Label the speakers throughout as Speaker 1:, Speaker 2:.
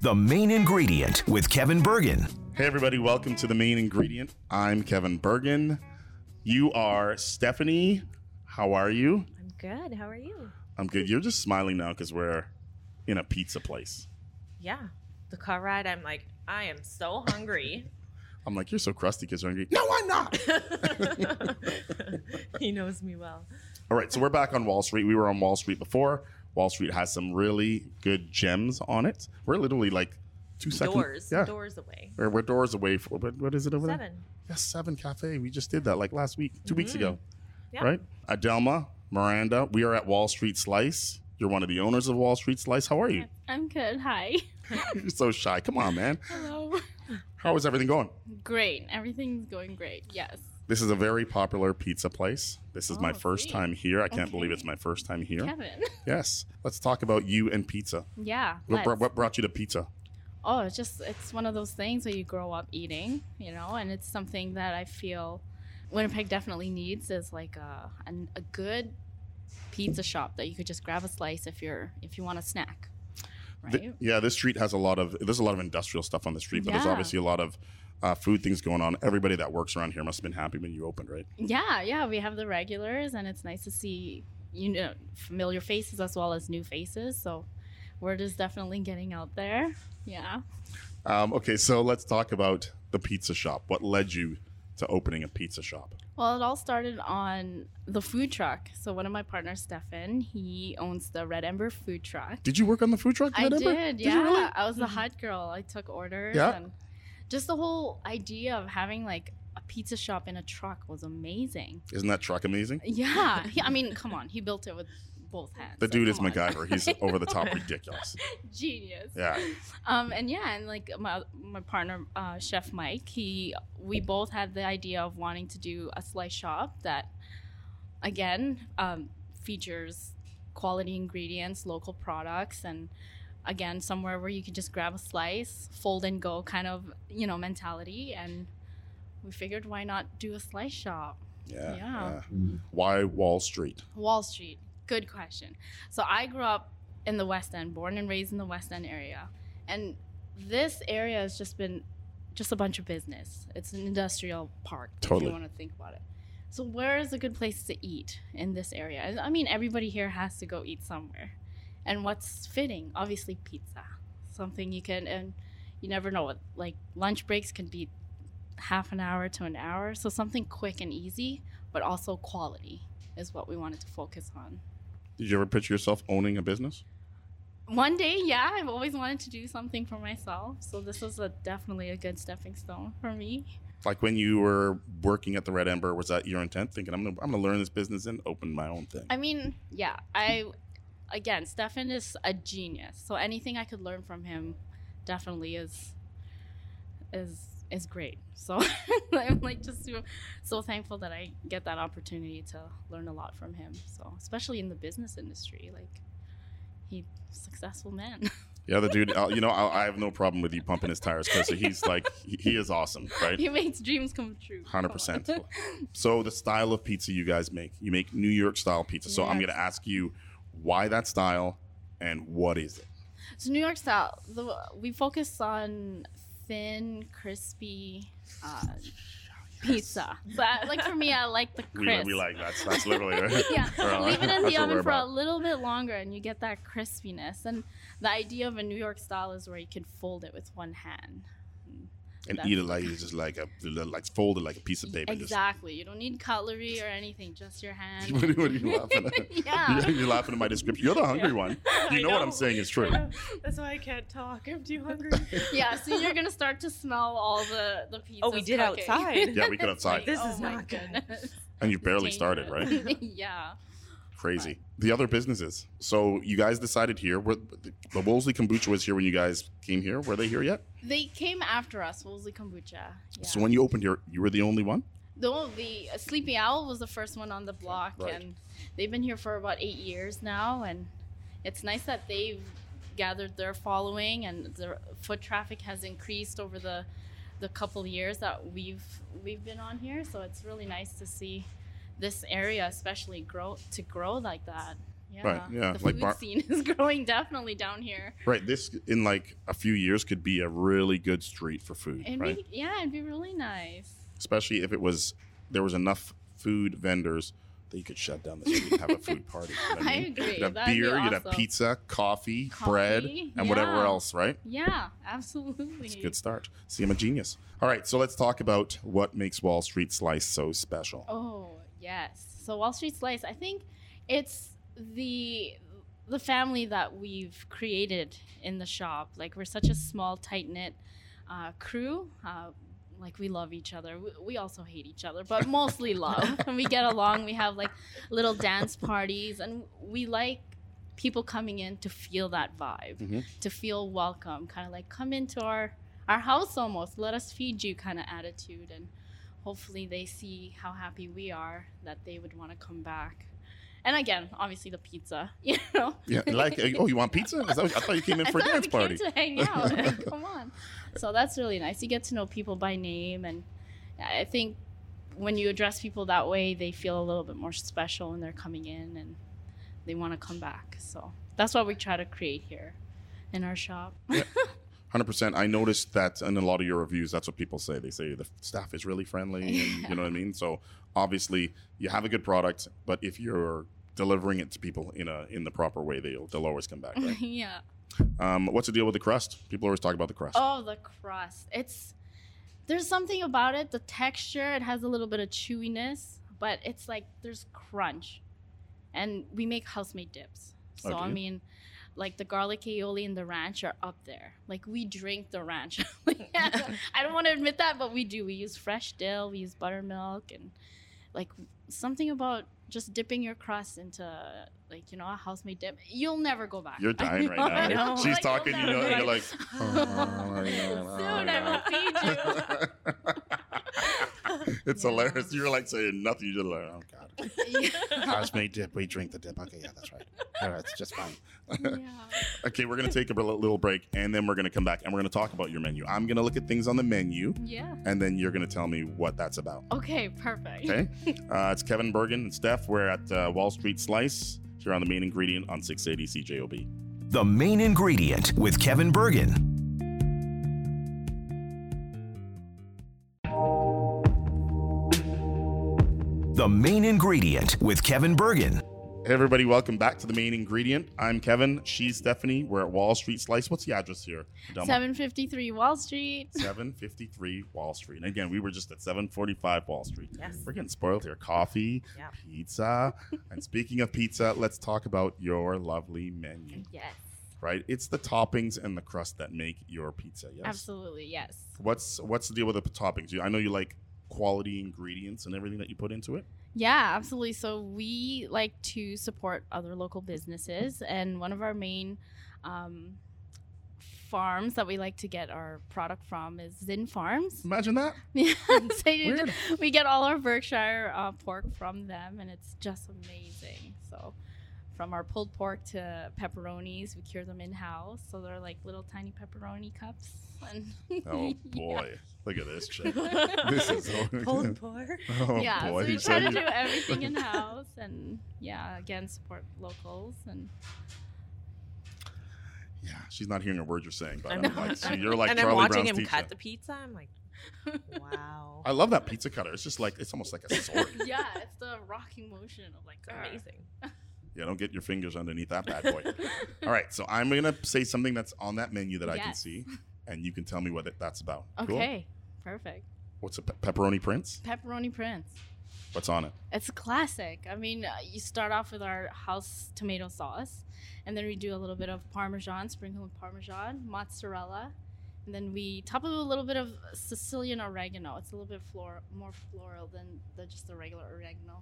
Speaker 1: The Main Ingredient with Kevin Bergen.
Speaker 2: Hey, everybody, welcome to the main ingredient. I'm Kevin Bergen. You are Stephanie. How are you?
Speaker 3: I'm good. How are you?
Speaker 2: I'm good. You're just smiling now because we're in a pizza place.
Speaker 3: Yeah. The car ride, I'm like, I am so hungry.
Speaker 2: I'm like, you're so crusty because you're hungry. No, I'm not.
Speaker 3: he knows me well.
Speaker 2: All right, so we're back on Wall Street. We were on Wall Street before. Wall Street has some really good gems on it. We're literally like two seconds.
Speaker 3: Doors,
Speaker 2: Yeah.
Speaker 3: doors away.
Speaker 2: We're, we're doors away. For, what, what is it over there?
Speaker 3: Seven.
Speaker 2: Yes, Seven Cafe. We just did that like last week, 2 weeks ago,
Speaker 4: Mm-hmm.
Speaker 3: Yeah.
Speaker 2: right? Adelma, Miranda, we are at Wall Street Slice. You're one of the owners of Wall Street Slice. How are you?
Speaker 4: I'm good. Hi.
Speaker 2: You're so shy. Come on, man.
Speaker 4: Hello.
Speaker 2: How is everything going?
Speaker 4: Great. Everything's going great. Yes.
Speaker 2: This is a very popular pizza place. This is my
Speaker 4: Oh,
Speaker 2: first
Speaker 4: sweet.
Speaker 2: time here. I can't
Speaker 4: Okay.
Speaker 2: believe it's my first time here.
Speaker 4: Kevin.
Speaker 2: Yes. Let's talk about you and pizza.
Speaker 4: Yeah.
Speaker 2: What, br-
Speaker 4: let's-
Speaker 2: what brought you to pizza?
Speaker 4: oh, it's just it's one of those things where you grow up eating, you know, and it's something that I feel Winnipeg definitely needs is like a an, a good pizza shop that you could just grab a slice if you're if you want a snack. Right?
Speaker 2: Th- yeah, this street has a lot of there's a lot of industrial stuff on the street, but there's
Speaker 4: Yeah.
Speaker 2: obviously a lot of uh, food things going on. Everybody that works around here must have been happy when you opened, right?
Speaker 4: Yeah, yeah, we have the regulars, and it's nice to see you know familiar faces as well as new faces. So word is definitely getting out there. Yeah.
Speaker 2: Um, okay, so let's talk about the pizza shop. What led you to opening a pizza shop?
Speaker 4: Well, it all started on the food truck. So one of my partners, Stefan, he owns the Red Ember food truck.
Speaker 2: Did you work on the food truck?
Speaker 4: I
Speaker 2: Red Ember?
Speaker 4: did,
Speaker 2: you
Speaker 4: yeah.
Speaker 2: really? Mm-hmm.
Speaker 4: I was the hot girl. I took orders
Speaker 2: Yeah.
Speaker 4: and just the whole idea of having like a pizza shop in a truck was amazing.
Speaker 2: Isn't that truck amazing?
Speaker 4: Yeah. He, I mean, come on, he built it with both hands.
Speaker 2: The
Speaker 4: so
Speaker 2: dude is
Speaker 4: come on.
Speaker 2: MacGyver. He's over the top ridiculous.
Speaker 4: Genius.
Speaker 2: Yeah.
Speaker 4: Um, and yeah, and like my, my partner, uh, Chef Mike, he we both had the idea of wanting to do a slice shop that, again, um, features quality ingredients, local products, and again somewhere where you could just grab a slice, fold and go kind of you know mentality. And we figured why not do a slice shop?
Speaker 2: Yeah.
Speaker 4: Yeah.
Speaker 2: yeah. Why Wall Street?
Speaker 4: Wall Street. Good question. So I grew up in the West End, born and raised in the West End area. And this area has just been just a bunch of business. It's an industrial park, if
Speaker 2: Totally.
Speaker 4: you want to think about it. So where is a good place to eat in this area? And I mean, everybody here has to go eat somewhere. And what's fitting? Obviously pizza. Something you can and you never know what like lunch breaks can be half an hour to an hour. So something quick and easy, but also quality is what we wanted to focus on.
Speaker 2: Did you ever picture yourself owning a business?
Speaker 4: One day, yeah, I've always wanted to do something for myself, so this was a, definitely a good stepping stone for me.
Speaker 2: Like when you were working at the Red Ember, was that your intent? Thinking I'm gonna I'm gonna learn this business and open my own thing.
Speaker 4: I mean, yeah, I again, Stefan is a genius, so anything I could learn from him definitely is is is great. So I'm like just so, so thankful that I get that opportunity to learn a lot from him. So especially in the business industry, like he's a successful man.
Speaker 2: Yeah, the dude. uh, you know, I, I have no problem with you pumping his tires because he's like he, he is awesome, right?
Speaker 4: he makes dreams come true. Come on.
Speaker 2: Hundred percent. So the style of pizza you guys make, you make New York style pizza. So I'm
Speaker 4: Yes.
Speaker 2: gonna ask you why that style and what is it?
Speaker 4: So New York style, the, we focus on thin, crispy uh, pizza. But like for me, I like the
Speaker 2: We,
Speaker 4: crisp.
Speaker 2: we like that's that's literally
Speaker 4: yeah,
Speaker 2: Well,
Speaker 4: leave it in
Speaker 2: uh, that's
Speaker 4: the
Speaker 2: what we're
Speaker 4: oven for a
Speaker 2: about.
Speaker 4: little bit longer, and you get that crispiness. And the idea of a New York style is where you can fold it with one hand.
Speaker 2: and
Speaker 4: That's-
Speaker 2: eat it like it's just like a like folded like a piece of paper. Just,
Speaker 4: Exactly. You don't need cutlery or anything; just your hand.
Speaker 2: what, are you- what are you laughing at?
Speaker 4: yeah.
Speaker 2: You're laughing at my description. You're the hungry
Speaker 4: Yeah.
Speaker 2: one.
Speaker 3: I
Speaker 2: You know, what I'm
Speaker 3: know.
Speaker 2: saying is true.
Speaker 3: That's why I can't talk. I'm too hungry.
Speaker 4: Yeah, so you're gonna start to smell all the the Oh pizza.
Speaker 3: Oh, we did outside.
Speaker 2: Yeah, we could outside.
Speaker 3: This is not good.
Speaker 2: And you barely started, right?
Speaker 4: yeah.
Speaker 2: Crazy. The other businesses. So you guys decided here. Were, the Wolseley Kombucha was here when you guys came here. Were they here yet?
Speaker 4: They came after us, Wolsey Kombucha. Yeah.
Speaker 2: So when you opened here, you were the only one.
Speaker 4: the, one- the uh, Sleepy Owl was the first one on the block,
Speaker 2: Right.
Speaker 4: and they've been here for about eight years now. And it's nice that they've gathered their following, and the foot traffic has increased over the the couple years that we've we've been on here. So it's really nice to see this area, especially grow to grow like that. Yeah.
Speaker 2: Right, yeah,
Speaker 4: The
Speaker 2: like
Speaker 4: food
Speaker 2: bar-
Speaker 4: scene is growing definitely down here.
Speaker 2: Right. This in like a few years could be a really good street for food,
Speaker 4: It'd
Speaker 2: right?
Speaker 4: be, yeah, it'd be really nice.
Speaker 2: Especially if it was there was enough food vendors that you could shut down the street and have a food party. you know what
Speaker 4: I
Speaker 2: mean?
Speaker 4: agree.
Speaker 2: You'd have
Speaker 4: That'd be
Speaker 2: beer, you'd have
Speaker 4: awesome.
Speaker 2: pizza, coffee, bread,
Speaker 4: Coffee,
Speaker 2: and whatever
Speaker 4: yeah.
Speaker 2: else, right?
Speaker 4: Yeah, absolutely.
Speaker 2: It's a good start. See, I'm a genius. All right, so let's talk about what makes Wall Street Slice so special.
Speaker 4: Oh yes. So Wall Street Slice, I think it's the the family that we've created in the shop. Like we're such a small, tight knit uh, crew. Uh, like we love each other. We, we also hate each other, but mostly love. and we get along. We have like little dance parties, and we like people coming in to feel that vibe,
Speaker 2: Mhm.
Speaker 4: to feel welcome. Kind of like come into our our house almost. Let us feed you kind of attitude and hopefully they see how happy we are that they would want to come back. And again, obviously the pizza, you know.
Speaker 2: Yeah, like oh, you want pizza? Is that what- I thought you came in for a
Speaker 4: I thought
Speaker 2: dance
Speaker 4: we
Speaker 2: party.
Speaker 4: Came to hang out. come on. So that's really nice. You get to know people by name, and I think when you address people that way, they feel a little bit more special when they're coming in and they want to come back. So that's what we try to create here in our shop.
Speaker 2: Hundred percent. I noticed that in a lot of your reviews, that's what people say. They say the staff is really friendly, and you know what I mean. So obviously, you have a good product, but if you're delivering it to people in a in the proper way, they'll they'll always come back. Right?
Speaker 4: yeah.
Speaker 2: um, what's the deal with the crust? People always talk about the crust.
Speaker 4: Oh, the crust. It's there's something about it. The texture. It has a little bit of chewiness, but it's like there's crunch. And we make house-made dips. So
Speaker 2: Oh, do
Speaker 4: I
Speaker 2: you?
Speaker 4: mean, like the garlic aioli and the ranch are up there. Like we drink the ranch. I don't want to admit that, but we do. We use fresh dill. We use buttermilk and like something about just dipping your crust into like you know a house-made dip. You'll never go back.
Speaker 2: You're dying right
Speaker 4: I
Speaker 2: now.
Speaker 4: know.
Speaker 2: She's
Speaker 4: Like, you'll
Speaker 2: talking, you
Speaker 4: never
Speaker 2: know,
Speaker 4: go
Speaker 2: and
Speaker 4: back.
Speaker 2: you're like. "Oh,
Speaker 4: Soon I will feed you.
Speaker 2: it's
Speaker 4: Yeah.
Speaker 2: hilarious. You're like saying nothing. You're just like, oh god.
Speaker 4: yeah.
Speaker 2: Housemate dip. We drink the dip. Okay, yeah, that's right. All right, it's just fine.
Speaker 4: Yeah.
Speaker 2: Okay, we're gonna take a br- little break, and then we're gonna come back, and we're gonna talk about your menu. I'm gonna look at things on the menu,
Speaker 4: Yeah.
Speaker 2: and then you're gonna tell me what that's about.
Speaker 4: Okay, perfect.
Speaker 2: Okay. Uh, it's Kevin Bergen and Steph. We're at uh, Wall Street Slice here on the main ingredient on 680 CJOB.
Speaker 1: The main ingredient with Kevin Bergen. The main ingredient with Kevin Bergen.
Speaker 2: Hey everybody, welcome back to the main ingredient. I'm Kevin. She's Stephanie. We're at Wall Street Slice. What's the address here? Delma?
Speaker 4: 753 Wall Street.
Speaker 2: 753 Wall Street. And again, we were just at 745 Wall Street.
Speaker 3: Yes.
Speaker 2: We're getting spoiled here. Coffee,
Speaker 3: Yeah.
Speaker 2: pizza. and speaking of pizza, let's talk about your lovely menu,
Speaker 4: Yes.
Speaker 2: right? It's the toppings and the crust that make your pizza. Yes.
Speaker 4: Absolutely, yes.
Speaker 2: What's what's the deal with the p- toppings? You- I know you like quality ingredients and everything that you put into it.
Speaker 4: Yeah, absolutely. So we like to support other local businesses, and one of our main um, farms that we like to get our product from is Zin Farms.
Speaker 2: Imagine that.
Speaker 4: Yeah, they-
Speaker 2: Weird.
Speaker 4: we get all our Berkshire uh, pork from them, and it's just amazing. So, from our pulled pork to pepperonis, we cure them in house. So they're like little tiny pepperoni cups. And
Speaker 2: Oh
Speaker 4: Yeah.
Speaker 2: boy. Look at this chick. This is
Speaker 3: Pulled pork.
Speaker 2: Oh
Speaker 4: yeah,
Speaker 2: boy.
Speaker 4: so we
Speaker 2: you
Speaker 4: try
Speaker 2: said
Speaker 4: to
Speaker 2: you-
Speaker 4: do everything in house, and yeah, again support locals and
Speaker 2: Yeah, she's not hearing a word you're saying, but I'm
Speaker 3: I'm
Speaker 2: like,
Speaker 3: not.
Speaker 2: so you're like
Speaker 3: and
Speaker 2: Charlie
Speaker 3: I'm watching
Speaker 2: Brown's
Speaker 3: him
Speaker 2: teacher.
Speaker 3: cut the pizza. I'm like, wow.
Speaker 2: I love that pizza cutter. It's just like it's almost like a sword.
Speaker 4: yeah, it's the rocking motion of like
Speaker 3: Amazing.
Speaker 2: yeah, don't get your fingers underneath that bad boy. All right, so I'm gonna say something that's on that menu that I can
Speaker 4: Yes.
Speaker 2: see, and you can tell me what it, that's about. Cool.
Speaker 4: Okay, perfect.
Speaker 2: What's a pe- pepperoni prince?
Speaker 4: Pepperoni Prince.
Speaker 2: What's on it?
Speaker 4: It's a classic. I mean, uh, you start off with our house tomato sauce, and then we do a little bit of parmesan, sprinkle of parmesan, mozzarella, and then we top it with a little bit of Sicilian oregano. It's a little bit flor- more floral than the, just the regular oregano.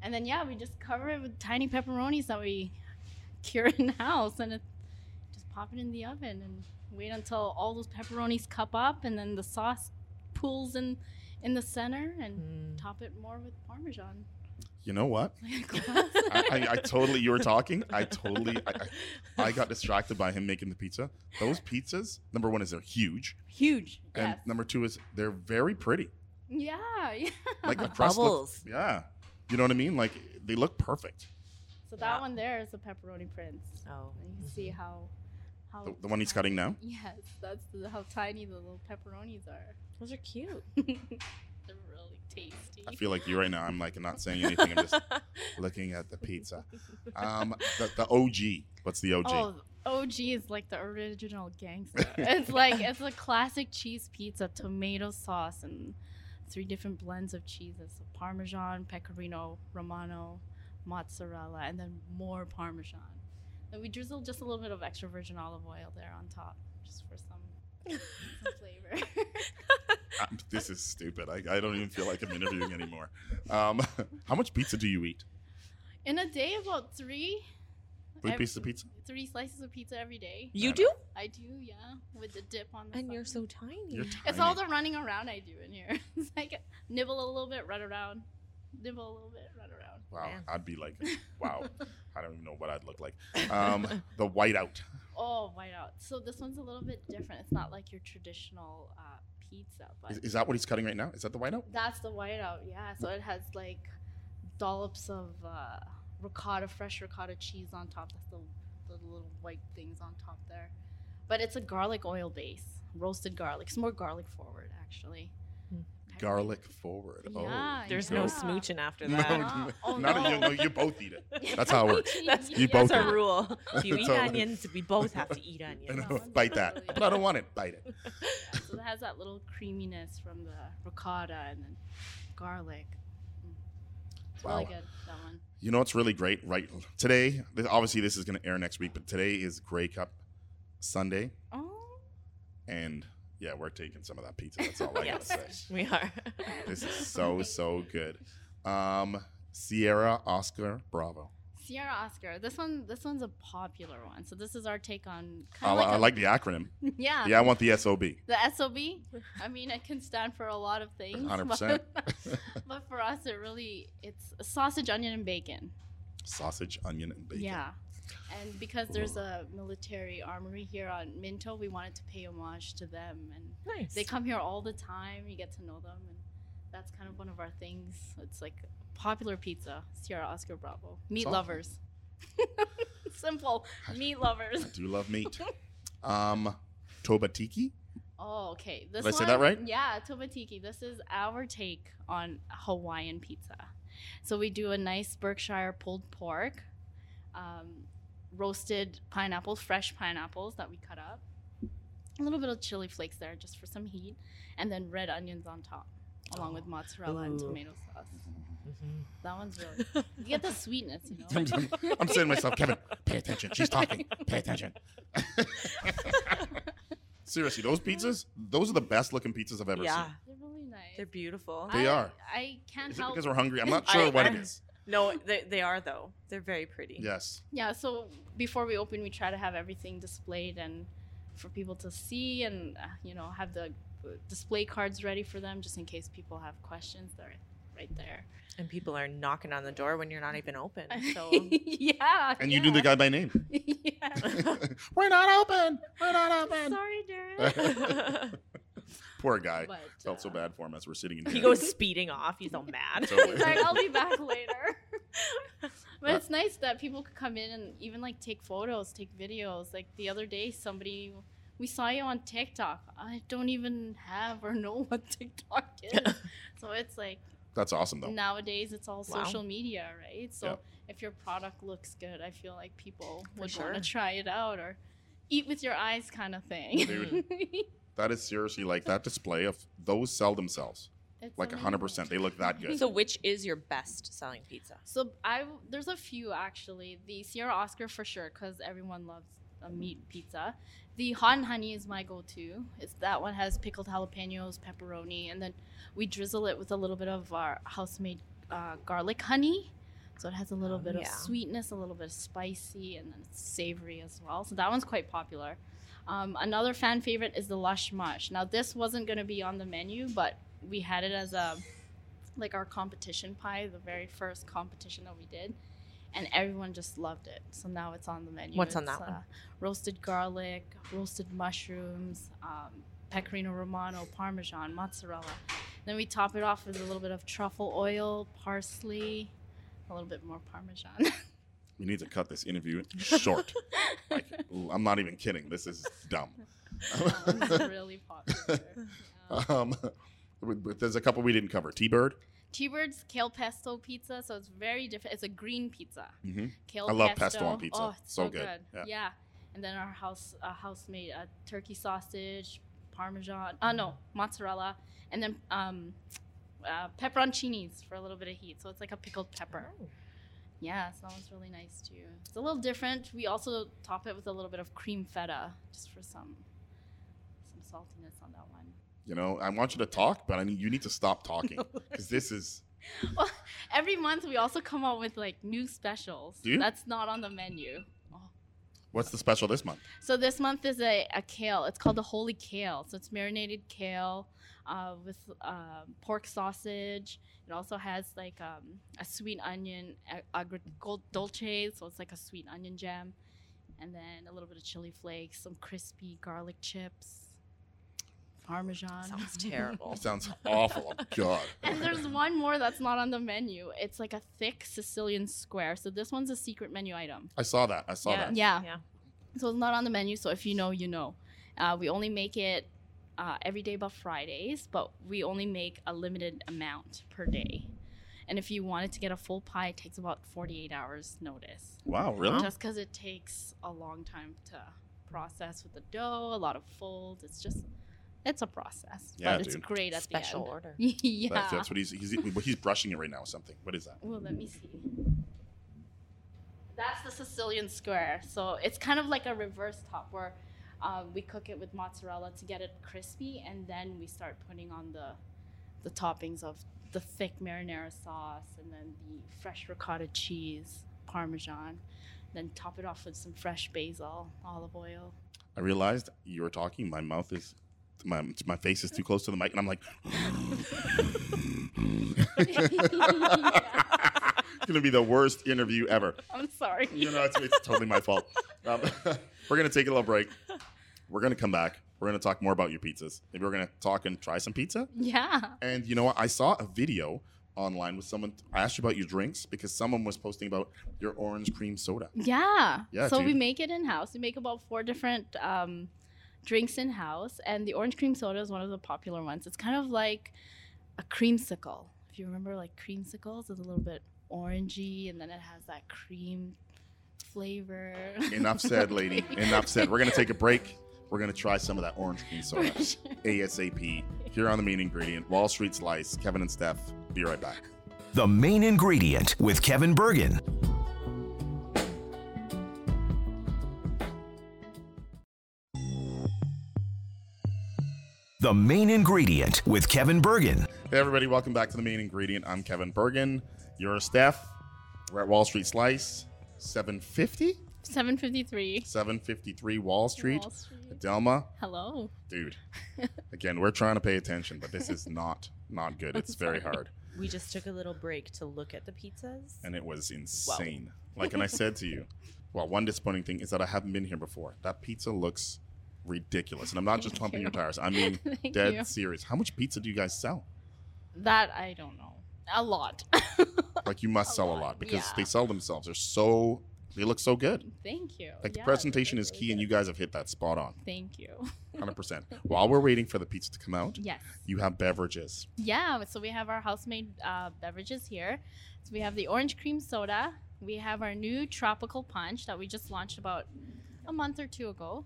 Speaker 4: And then yeah, we just cover it with tiny pepperonis that we cure in house, and it, just pop it in the oven and wait until all those pepperonis cup up, and then the sauce pools in in the center and
Speaker 3: Mm.
Speaker 4: top it more with parmesan.
Speaker 2: You know what? I,
Speaker 4: I,
Speaker 2: I, I totally. You were talking. I totally. I,
Speaker 3: Mm.
Speaker 2: I, I got distracted by him making the pizza. Those pizzas. Number one is they're huge,
Speaker 4: Huge.
Speaker 2: and
Speaker 4: Yes.
Speaker 2: number two is they're very pretty.
Speaker 4: yeah. Yeah.
Speaker 2: Like the
Speaker 3: The
Speaker 2: crust. looks-
Speaker 3: bubbles.
Speaker 2: yeah. You know what I mean? Like they look perfect.
Speaker 4: So that
Speaker 3: Yeah.
Speaker 4: one there is a pepperoni prince.
Speaker 3: Oh.
Speaker 4: And you can see how, how
Speaker 2: The, the one he's cutting now.
Speaker 4: Yes, that's the, how tiny the little pepperonis are.
Speaker 3: Those are cute.
Speaker 4: They're really tasty.
Speaker 2: I feel like you right now. I'm like not saying anything. I'm just looking at the pizza. Um, the, the OG. What's the OG?
Speaker 4: Oh, OG is like the original gangster. it's like it's a classic cheese pizza, tomato sauce, and three different blends of cheeses: so Parmesan, Pecorino Romano, mozzarella, and then more Parmesan. And we drizzle just a little bit of extra virgin olive oil there on top, just for some, some flavor.
Speaker 2: Um, this is stupid. I, I don't even feel like I'm interviewing anymore. Um, how much pizza do you eat?
Speaker 4: In a day, about three.
Speaker 2: Three
Speaker 4: ev-
Speaker 2: pieces of pizza?
Speaker 4: Three slices of pizza every day.
Speaker 2: I
Speaker 3: you
Speaker 2: do?
Speaker 3: do?
Speaker 4: I do, yeah, with the dip on the.
Speaker 3: And you're
Speaker 4: side.
Speaker 3: so tiny.
Speaker 2: You're
Speaker 4: It's
Speaker 2: tiny.
Speaker 4: all the running around I do in here. it's like nibble a little bit, run around, nibble a little bit, run around.
Speaker 2: Wow,
Speaker 3: Man.
Speaker 2: I'd be like, wow. I don't even know what I'd look like. Um, the whiteout.
Speaker 4: Oh, why not? So this one's a little bit different. It's not like your traditional uh, pizza, but
Speaker 2: Is, is that what he's cutting right now? Is that the whiteout?
Speaker 4: that's the whiteout. Yeah, so it has like dollops of uh, ricotta, fresh ricotta cheese on top. That's the, the little white things on top there. But it's a garlic oil base, roasted garlic. It's more garlic forward, actually.
Speaker 3: Hmm.
Speaker 2: Garlic Oh, forward.
Speaker 4: Yeah,
Speaker 3: There's
Speaker 4: yeah.
Speaker 3: no smooching after
Speaker 2: No,
Speaker 3: that.
Speaker 4: Ah, oh,
Speaker 2: not
Speaker 4: no.
Speaker 2: you, no, you both eat it. That's how it works.
Speaker 3: That's,
Speaker 2: You
Speaker 3: that's
Speaker 2: both
Speaker 3: our
Speaker 2: do.
Speaker 3: rule. If you eat
Speaker 2: So-
Speaker 3: onions, we both have to eat
Speaker 2: And
Speaker 3: onions.
Speaker 2: I don't bite that. But I don't want it. Bite it.
Speaker 4: Yeah, so it has that little creaminess from the ricotta and then garlic. Mm. It's really
Speaker 2: Wow.
Speaker 4: good, that one.
Speaker 2: You know what's really great? Right today, this, obviously, this is going to air next week, but today is Grey Cup Sunday.
Speaker 4: Oh,
Speaker 2: And yeah, we're taking some of that pizza. That's all I
Speaker 3: Yes.
Speaker 2: got to say.
Speaker 3: We are.
Speaker 2: This is so, so good. Um, Sierra Oscar Bravo.
Speaker 4: Sierra Oscar. This one, this one's a popular one. So this is our take on
Speaker 2: I, li-
Speaker 4: kind of like,
Speaker 2: I
Speaker 4: a-
Speaker 2: like the acronym.
Speaker 4: yeah,
Speaker 2: Yeah, I want the SOB.
Speaker 4: the SOB. I mean, it can stand for a lot of things.
Speaker 2: 100%.
Speaker 4: But, but for us, it really it's sausage, onion, and bacon.
Speaker 2: Sausage, onion, and bacon.
Speaker 4: Yeah. And because there's a military armory here on Minto, we wanted to pay homage to them and
Speaker 3: nice.
Speaker 4: They come here all the time. You get to know them, and that's kind of one of our things. It's like popular pizza, Sierra Oscar Bravo. Meat
Speaker 2: Awesome.
Speaker 4: lovers. Simple. Meat lovers.
Speaker 2: I do love meat. Um, Tobatiki.
Speaker 4: Oh, okay. This
Speaker 2: Did I
Speaker 4: one,
Speaker 2: say that right?
Speaker 4: Yeah, Tomatiki. This is our take on Hawaiian pizza. So we do a nice Berkshire pulled pork, um, roasted pineapples, fresh pineapples that we cut up, a little bit of chili flakes there just for some heat, and then red onions on top, along with mozzarella and
Speaker 3: Ooh.
Speaker 4: tomato sauce.
Speaker 3: Mm-hmm.
Speaker 4: That one's really. You get the sweetness, you know.
Speaker 2: I'm, I'm- I'm saying to myself, Kevin, pay attention. She's talking. Pay attention. Seriously, those pizzas, those are the best looking pizzas I've ever seen.
Speaker 3: yeah,
Speaker 4: They're really nice.
Speaker 3: they're beautiful.
Speaker 2: They
Speaker 4: I-
Speaker 2: are.
Speaker 4: I can't
Speaker 2: Is it
Speaker 4: help.
Speaker 2: because we're hungry? I'm not sure
Speaker 3: I-
Speaker 2: what
Speaker 3: I-
Speaker 2: it is.
Speaker 3: no, they, they are though. They're very pretty.
Speaker 2: Yes.
Speaker 4: Yeah, so before we open, we try to have everything displayed and for people to see and, uh, you know, have the uh, display cards ready for them just in case people have questions. They're right there.
Speaker 3: And people are knocking on the door when you're not even open. So
Speaker 4: yeah.
Speaker 2: And you knew the guy by name.
Speaker 4: guy. yeah.
Speaker 2: we're not open. We're not open.
Speaker 4: Sorry, Darren.
Speaker 2: Poor guy.
Speaker 4: But,
Speaker 2: Felt so
Speaker 4: uh,
Speaker 2: bad for him as we're sitting in
Speaker 3: he
Speaker 2: here.
Speaker 3: goes speeding off. He's so mad.
Speaker 2: So-
Speaker 4: He's like, I'll be back later. but
Speaker 2: Uh,
Speaker 4: it's nice that people could come in and even like take photos, take videos. Like the other day, somebody we saw you on TikTok. I don't even have or know what TikTok is. so it's like
Speaker 2: That's awesome, though.
Speaker 4: nowadays it's all
Speaker 3: Wow.
Speaker 4: social media, right? So
Speaker 2: Yeah.
Speaker 4: if your product looks good, I feel like people
Speaker 3: For
Speaker 4: would
Speaker 3: sure.
Speaker 4: want to try it out or eat with your eyes kind of thing.
Speaker 2: Dude. That is seriously like that display of those sell themselves.
Speaker 4: It's
Speaker 2: Like 100%. They look that good.
Speaker 3: so, which is your best selling pizza?
Speaker 4: So I there's a few actually. The Sierra Oscar for sure because everyone loves a meat pizza. The hot and honey is my go-to. It's that one has pickled jalapenos, pepperoni, and then we drizzle it with a little bit of our house-made uh, garlic honey. So it has a little
Speaker 3: Oh,
Speaker 4: bit of
Speaker 3: yeah.
Speaker 4: sweetness, a little bit of spicy, and then it's savory as well. So that one's quite popular. Um, another fan favorite is the Lush Mush. Now this wasn't going to be on the menu, but we had it as a like our competition pie, the very first competition that we did, and everyone just loved it. So now it's on the menu.
Speaker 3: What's on
Speaker 4: It's, uh,
Speaker 3: that one?
Speaker 4: roasted garlic, roasted mushrooms, um, pecorino romano, parmesan, mozzarella. Then we top it off with a little bit of truffle oil, parsley, a little bit more parmesan.
Speaker 2: we need to cut this interview short. like, I'm not even kidding. This is dumb.
Speaker 3: Oh,
Speaker 4: It's really popular. Yeah.
Speaker 2: um, but- but there's a couple we didn't cover. T Bird.
Speaker 4: T-Bird's kale pesto pizza, so it's very different. It's a green pizza.
Speaker 2: Mhm.
Speaker 4: Kale
Speaker 2: I love pesto on pizza.
Speaker 4: Oh, it's
Speaker 2: So
Speaker 4: so,
Speaker 2: good.
Speaker 4: good.
Speaker 2: Yeah.
Speaker 4: Yeah. And then our house uh, house made a turkey sausage, parmesan. Oh no, mozzarella, and then um, uh, pepperoncinis for a little bit of heat. So it's like a pickled pepper. Yeah, so that one's really nice too. It's a little different. We also top it with a little bit of cream feta, just for some some saltiness on that one.
Speaker 2: You know, I want you to talk, but I mean, you need to stop talking because this is.
Speaker 4: Well, every month we also come out with like new specials.
Speaker 2: Do you?
Speaker 4: That's not on the menu. Oh.
Speaker 2: What's the special this month?
Speaker 4: So this month is a, a kale. It's called the holy kale. So it's marinated kale uh, with um, pork sausage. It also has like um, a sweet onion a- agri- gold dolce. So it's like a sweet onion jam, and then a little bit of chili flakes, some crispy garlic chips, parmesan.
Speaker 3: Sounds terrible.
Speaker 2: It sounds awful. God.
Speaker 4: And there's one more that's not on the menu. It's like a thick Sicilian square. So this one's a secret menu item.
Speaker 2: I saw that. I saw that.
Speaker 4: Yeah.
Speaker 3: Yeah.
Speaker 4: So it's not on the menu. So if you know, you know. Uh, we only make it uh, every day but Fridays, but we only make a limited amount per day. And if you wanted to get a full pie, it takes about 48 hours notice.
Speaker 2: Wow, really?
Speaker 4: Just because it takes a long time to process with the dough, a lot of folds. It's just, it's a process.
Speaker 2: Yeah,
Speaker 4: but it's
Speaker 2: dude.
Speaker 4: great at
Speaker 3: Special
Speaker 4: the end.
Speaker 3: order.
Speaker 4: yeah.
Speaker 2: That's, that's what he's he's well, he's brushing it right now. or Something. What is that?
Speaker 4: Well, let me see. That's the Sicilian square. So it's kind of like a reverse top where um, we cook it with mozzarella to get it crispy, and then we start putting on the the toppings of the thick marinara sauce, and then the fresh ricotta cheese, parmesan, then top it off with some fresh basil, olive oil.
Speaker 2: I realized you were talking. My mouth is, my my face is too close to the mic, and I'm like, it's gonna be the worst interview ever.
Speaker 4: I'm sorry.
Speaker 2: You know, it's, it's totally my fault. Um, we're gonna take a little break. We're gonna come back. We're gonna talk more about your pizzas. Maybe we're gonna talk and try some pizza.
Speaker 4: Yeah.
Speaker 2: And you know what? I saw a video online with someone. I asked you about your drinks because someone was posting about your orange cream soda.
Speaker 4: Yeah.
Speaker 2: Yeah,
Speaker 4: so we
Speaker 2: dude.
Speaker 4: make it in house. We make about four different um, drinks in house, and the orange cream soda is one of the popular ones. It's kind of like a creamsicle. If you remember, like creamsicles, it's a little bit orangey, and then it has that cream flavor.
Speaker 2: Enough said, lady. Enough said. We're gonna take a break. We're gonna try some of that orange cream soda ASAP here on the main ingredient, Wall Street Slice. Kevin and Steph. Be right back.
Speaker 1: The main ingredient with Kevin Bergen. The main ingredient with Kevin Bergen.
Speaker 2: Hey everybody, welcome back to the main ingredient. I'm Kevin Bergen. You're Steph. We're at Wall Street Slice. 750?
Speaker 4: Seven fifty-three.
Speaker 2: 753 Wall Street.
Speaker 4: Wall Street.
Speaker 2: Adelma,
Speaker 4: Hello.
Speaker 2: dude. Again, we're trying to pay attention, but this is not not good. It's very hard.
Speaker 3: We just took a little break to look at the pizzas.
Speaker 2: and it was insane. Like, and I said to you, well, one disappointing thing is that I haven't been here before. That pizza looks ridiculous, and I'm not just
Speaker 4: Thank
Speaker 2: pumping
Speaker 4: you.
Speaker 2: your tires. I mean,
Speaker 4: Thank
Speaker 2: dead
Speaker 4: you.
Speaker 2: serious. How much pizza do you guys sell?
Speaker 4: That I don't know. A lot.
Speaker 2: Like, you must
Speaker 4: A
Speaker 2: sell a
Speaker 4: lot,
Speaker 2: lot because
Speaker 4: yeah.
Speaker 2: they sell themselves. They're so they look so good.
Speaker 4: Thank you.
Speaker 2: Like
Speaker 4: Yeah,
Speaker 2: the presentation
Speaker 4: they're
Speaker 2: is
Speaker 4: really
Speaker 2: key, and you
Speaker 4: good.
Speaker 2: guys have hit that spot on,
Speaker 4: Thank you.
Speaker 2: hundred percent. While we're waiting for the pizza to come out,
Speaker 4: Yes.
Speaker 2: you have beverages.
Speaker 4: Yeah, so we have our house-made uh, beverages here. So we have the orange cream soda. We have our new tropical punch that we just launched about a month or two ago.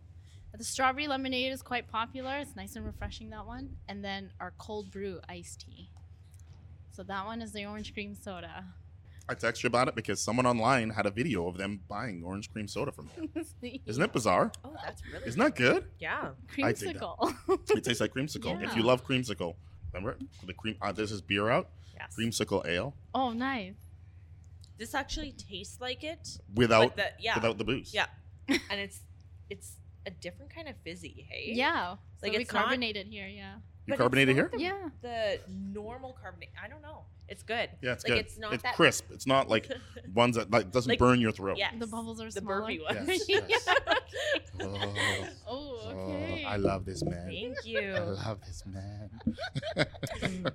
Speaker 4: The strawberry lemonade is quite popular. It's nice and refreshing that one. And then our cold brew iced tea. So that one is the orange cream soda.
Speaker 2: I text you about it because someone online had a video of them buying orange cream soda from you. Isn't it bizarre?
Speaker 3: oh, that's really
Speaker 2: Isn't that good?
Speaker 3: Yeah.
Speaker 2: I dig that.
Speaker 4: creamsicle?
Speaker 2: It tastes like creamsicle. If
Speaker 4: Yeah.
Speaker 2: you love creamsicle, remember the cream. Uh, there's this beer out,
Speaker 3: Yes.
Speaker 2: creamsicle ale,
Speaker 4: oh, nice.
Speaker 3: This actually tastes like it.
Speaker 2: without
Speaker 3: but the, yeah.
Speaker 2: without the booze.
Speaker 3: yeah. and it's it's a different kind of fizzy, hey?
Speaker 4: Yeah, so
Speaker 3: Like
Speaker 4: we
Speaker 3: it's not- Hmm.
Speaker 4: carbonate it here. Yeah,
Speaker 2: you
Speaker 3: But
Speaker 2: carbonate it
Speaker 3: it's
Speaker 2: here.
Speaker 3: not The,
Speaker 4: yeah.
Speaker 3: the normal carbonate. I don't know. It's good.
Speaker 2: yeah, it's
Speaker 3: like
Speaker 2: good.
Speaker 3: it's not that
Speaker 2: crisp. It's not like ones that like doesn't
Speaker 3: Like-
Speaker 2: burn your throat.
Speaker 3: Yes.
Speaker 4: The bubbles are
Speaker 3: the
Speaker 4: smaller.
Speaker 3: burpee ones.
Speaker 2: Yes, yes. Oh,
Speaker 4: Oh,
Speaker 2: oh,
Speaker 4: okay.
Speaker 2: I love this man.
Speaker 3: Thank you.
Speaker 2: I love this man.
Speaker 4: Yeah.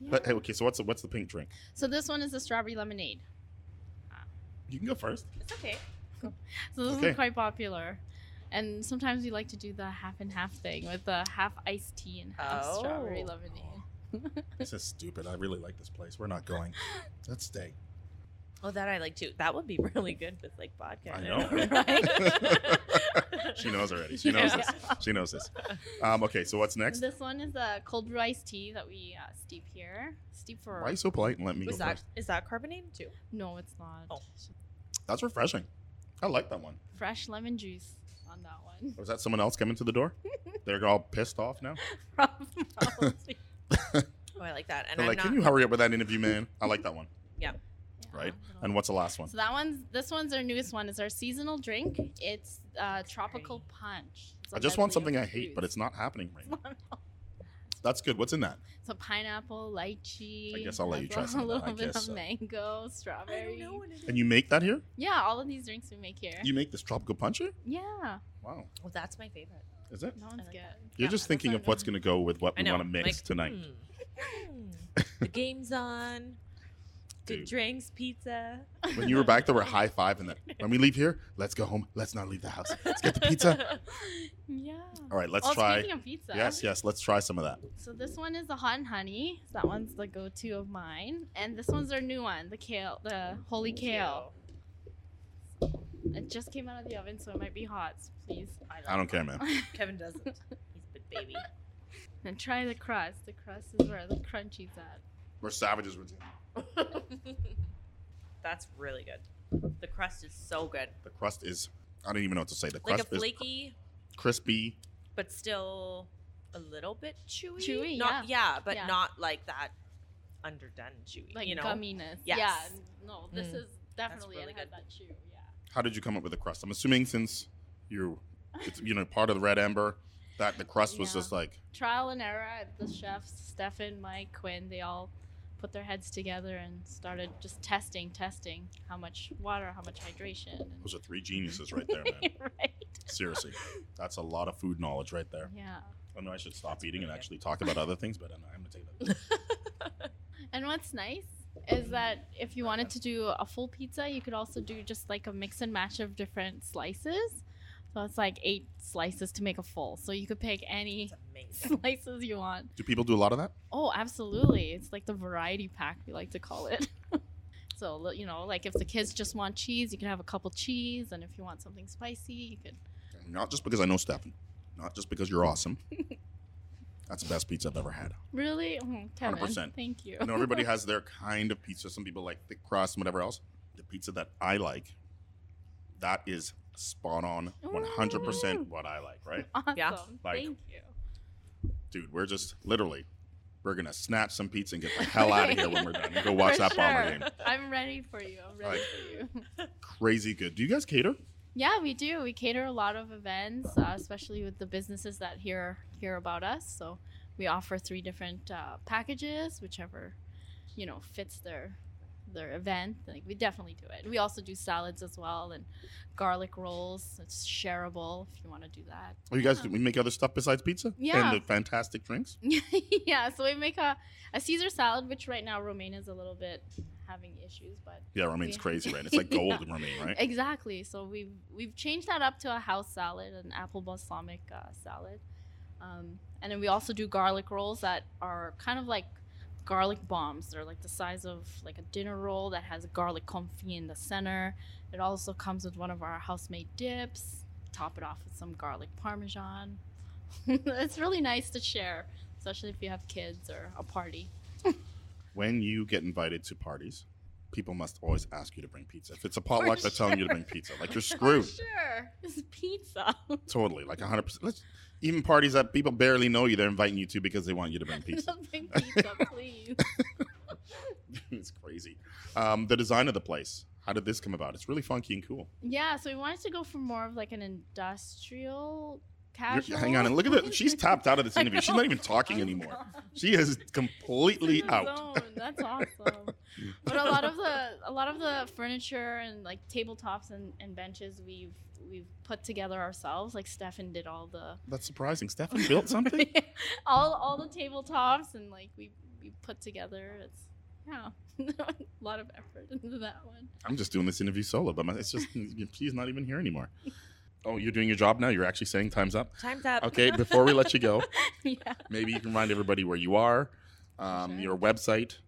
Speaker 2: but hey, okay, so what's the, what's the pink drink?
Speaker 4: So this one is the strawberry lemonade.
Speaker 2: You can go first.
Speaker 3: It's okay.
Speaker 4: So this
Speaker 2: Okay.
Speaker 4: is quite popular. And sometimes we like to do the half and half thing with the half iced tea and half strawberry
Speaker 3: Oh.
Speaker 4: lemonade.
Speaker 5: This is stupid. I really like this place. We're not going. Let's stay.
Speaker 3: Oh, that I like too. That would be really good with like vodka.
Speaker 2: I
Speaker 3: in
Speaker 2: know,
Speaker 3: it, right?
Speaker 2: She knows already. She knows
Speaker 3: Yeah.
Speaker 2: this. She knows this. Um, okay, so what's next?
Speaker 4: This one is a cold brew iced tea that we uh, steep here. Steep for
Speaker 2: Why are you so polite and let me go
Speaker 3: Was that
Speaker 2: first?
Speaker 3: is that carbonated too?
Speaker 4: no, it's not.
Speaker 3: Oh.
Speaker 2: That's refreshing. I like that one.
Speaker 4: Fresh lemon juice on that one.
Speaker 2: Was that someone else coming to the door? They're all pissed off now.
Speaker 4: Probably.
Speaker 3: Oh, I like that. And
Speaker 2: They're
Speaker 3: I'm
Speaker 2: like,
Speaker 3: not.
Speaker 2: can you hurry up with that interview, man? I like that one.
Speaker 4: Yeah,
Speaker 2: Right.
Speaker 4: little-
Speaker 2: And what's the last one?
Speaker 4: So that one's this one's our newest one. It's our seasonal drink. It's uh, tropical
Speaker 3: Pretty.
Speaker 4: punch. It's a
Speaker 2: I just want
Speaker 4: medley
Speaker 2: something I
Speaker 4: of
Speaker 2: hate, but
Speaker 4: fruits.
Speaker 2: it's not happening right now. That's good. What's in that?
Speaker 4: So pineapple, lychee.
Speaker 2: I guess I'll let you
Speaker 4: as
Speaker 2: try
Speaker 4: well,
Speaker 2: some
Speaker 4: A
Speaker 2: of that.
Speaker 4: little
Speaker 5: I
Speaker 4: bit
Speaker 5: guess
Speaker 4: of
Speaker 5: so.
Speaker 4: mango,
Speaker 3: I don't
Speaker 4: strawberry.
Speaker 3: know what it is.
Speaker 2: And you make that here?
Speaker 4: Yeah, all of these drinks we make here.
Speaker 2: You make this tropical punch here?
Speaker 4: yeah,
Speaker 2: Wow.
Speaker 3: Oh, that's my favorite.
Speaker 2: Is it?
Speaker 4: that one's
Speaker 3: like
Speaker 4: good.
Speaker 3: that.
Speaker 2: You're just thinking of what's going to go with what
Speaker 3: I
Speaker 2: we
Speaker 3: know.
Speaker 2: want to mix
Speaker 3: Like,
Speaker 2: tonight.
Speaker 3: hmm. the game's on. Good
Speaker 2: Dude.
Speaker 3: drinks, pizza.
Speaker 2: When you were back there, we're high five and that. When we leave here, let's go home. Let's not leave the house. Let's get the pizza.
Speaker 4: Yeah.
Speaker 2: All right, let's
Speaker 4: oh,
Speaker 2: try.
Speaker 4: Speaking of pizza.
Speaker 2: Yes, yes, let's try some of that.
Speaker 4: So this one is the hot and honey. So that one's the go-to of mine, and this one's our new one, the kale, the
Speaker 3: Oh,
Speaker 4: holy kale. It just came out of the oven, so it might be hot. So please.
Speaker 2: I don't care, man.
Speaker 3: Kevin doesn't. He's a big baby.
Speaker 4: And try the crust. The crust is where the crunchy's at.
Speaker 2: We're savages. We're
Speaker 3: That's really good. The crust is so good.
Speaker 2: The crust is, I don't even know what to say. The
Speaker 3: Like a
Speaker 2: crust is
Speaker 3: flaky,
Speaker 2: crispy.
Speaker 3: but still a little bit chewy.
Speaker 4: Chewy,
Speaker 3: not, yeah. but
Speaker 4: Yeah.
Speaker 3: not like that underdone chewy.
Speaker 4: Like
Speaker 3: you know,
Speaker 4: gumminess. Yeah.
Speaker 3: Yes.
Speaker 4: No, this
Speaker 3: Mm.
Speaker 4: is definitely
Speaker 3: really
Speaker 4: it had
Speaker 3: good.
Speaker 4: that chew. Yeah.
Speaker 2: How did you come up with the crust? I'm assuming since you, it's you know part of the red ember, that the crust was
Speaker 4: Yeah.
Speaker 2: just like
Speaker 4: Trial and error. The chefs, Stefan, Mike, Quinn, they all put their heads together and started just testing, testing how much water, how much hydration. and-
Speaker 2: those are three geniuses right there, man.
Speaker 4: right.
Speaker 2: Seriously, that's a lot of food knowledge right there.
Speaker 4: Yeah.
Speaker 2: I know I should stop eating and
Speaker 3: really good.
Speaker 2: actually talk about other things, but I'm, I'm gonna take that.
Speaker 4: And what's nice is that if you wanted to do a full pizza, you could also do just like a mix and match of different slices. So it's like eight slices to make a full. So you could pick any
Speaker 3: it's amazing.
Speaker 4: slices you want.
Speaker 2: Do people do a lot of that?
Speaker 4: Oh, absolutely. It's like the variety pack, we like to call it. so, li- you know, like if the kids just want cheese, you can have a couple cheese. And if you want something spicy, you could.
Speaker 2: Not just because I know Stefan, not just because you're awesome. That's the best pizza I've ever had.
Speaker 4: Really? Oh, Kevin,
Speaker 2: 100%.
Speaker 4: Thank you.
Speaker 2: I know everybody has their kind of pizza. Some people like thick crust and whatever else. The pizza that I like, that is spot on, 100% what I like, right?
Speaker 4: Awesome.
Speaker 3: Yeah.
Speaker 2: Like-
Speaker 4: Thank you.
Speaker 2: Dude, we're just literally, we're going to snatch some pizza and get the hell out of here when we're done and go watch
Speaker 4: For
Speaker 2: that bomber
Speaker 4: sure.
Speaker 2: game.
Speaker 4: I'm ready for you. I'm ready for you.
Speaker 2: Crazy good. Do you guys cater?
Speaker 4: Yeah, we do. We cater a lot of events, uh, especially with the businesses that hear hear about us. So we offer three different uh, packages, whichever you know fits their their event. Like we definitely do it. We also do salads as well and garlic rolls. It's shareable if you want to do that.
Speaker 2: Or Oh, you guys,
Speaker 4: Yeah.
Speaker 2: do we make other stuff besides pizza?
Speaker 4: Yeah.
Speaker 2: And the fantastic drinks?
Speaker 4: Um, yeah, so we make a, a Caesar salad, which right now Romaine is a little bit having issues, but
Speaker 2: Yeah, Romaine's
Speaker 4: Yeah.
Speaker 2: crazy, right? It's like gold
Speaker 4: Yeah.
Speaker 2: in Romaine, right?
Speaker 4: Exactly. So we've we've changed that up to a house salad, an apple balsamic uh, salad, um, and then we also do garlic rolls that are kind of like garlic bombs. They're like the size of like a dinner roll that has garlic confit in the center. It also comes with one of our house-made dips. Top it off with some garlic parmesan. it's really nice to share, especially if you have kids or a party.
Speaker 2: When you get invited to parties, people must always ask you to bring pizza. If it's a potluck, they're telling you to bring pizza. Like you're screwed.
Speaker 4: Sure, it's pizza.
Speaker 2: Totally, like 100. percent Let's even parties that people barely know you, they're inviting you to because they want you to bring pizza.
Speaker 4: Bring pizza, please.
Speaker 2: it's crazy. Um, the design of the place. How did this come about? It's really funky and cool.
Speaker 4: Yeah, so we wanted to go for more of like an industrial
Speaker 2: You're-
Speaker 4: casual.
Speaker 2: hang on and look at that. She's tapped out of this
Speaker 4: I
Speaker 2: interview. She's not
Speaker 4: know.
Speaker 2: even talking
Speaker 4: I'm
Speaker 2: anymore.
Speaker 4: gone.
Speaker 2: She is completely
Speaker 4: She's in the
Speaker 2: out.
Speaker 4: zone. That's awesome. but a lot of the a lot of the furniture and like tabletops and, and benches we've we've put together ourselves. Like Stefan did all the
Speaker 2: That's surprising. Stefan built something.
Speaker 4: all all the tabletops and like we we put together. It's yeah, a lot of effort into that one.
Speaker 2: I'm just doing this interview solo, but my, it's just she's not even here anymore. Oh, you're doing your job now. You're actually saying time's up.
Speaker 3: Time's up.
Speaker 2: Okay, before we let you go,
Speaker 4: yeah.
Speaker 2: maybe you can remind everybody where you are, um,
Speaker 4: Sure.
Speaker 2: your website,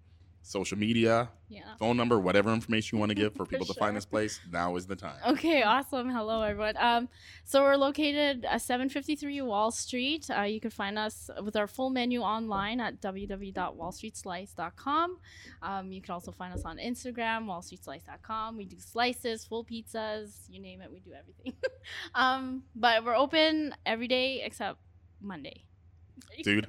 Speaker 2: social media,
Speaker 4: Yeah.
Speaker 2: phone number, whatever information you want to give for
Speaker 4: For
Speaker 2: people to find
Speaker 4: sure.
Speaker 2: this place. Now is the time.
Speaker 4: Okay, awesome. Hello, everyone. Um, so we're located at 753 Wall Street. Uh, you can find us with our full menu online at www.wallstreetslice.com. Um, you can also find us on Instagram, wallstreetslice.com. We do slices, full pizzas, you name it, we do everything. um, but we're open every day except Monday.
Speaker 2: Dude.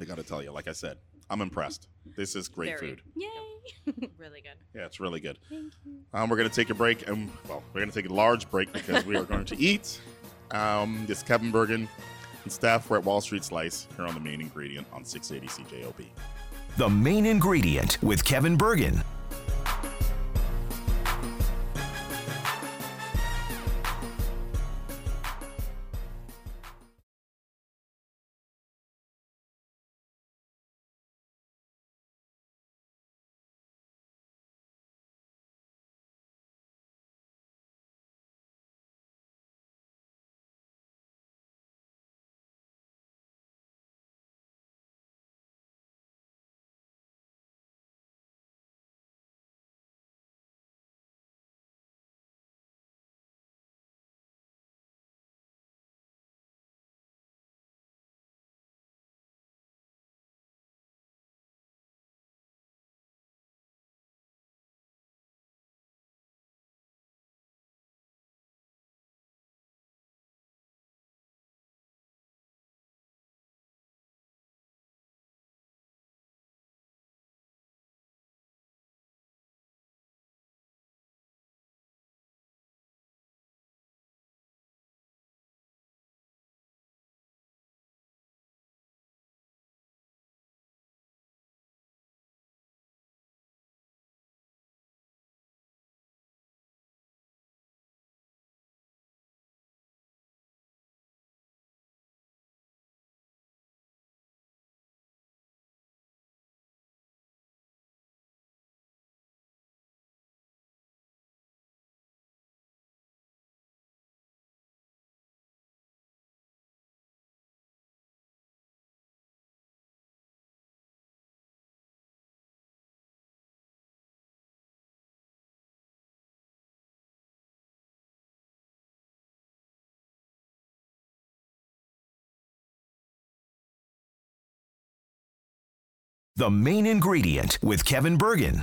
Speaker 2: I got to tell you, like I said, I'm impressed. This is great
Speaker 3: Very.
Speaker 2: food.
Speaker 4: Yay!
Speaker 3: Really good.
Speaker 2: Yeah, it's really good.
Speaker 4: Thank you.
Speaker 2: Um, we're going to take a break, and well, we're going to take a large break because we are going to eat. Um, this is Kevin Bergen and staff. We're at Wall Street Slice here on the main ingredient on 680 CJOP.
Speaker 1: The main ingredient with Kevin Bergen. The main ingredient with Kevin Bergen.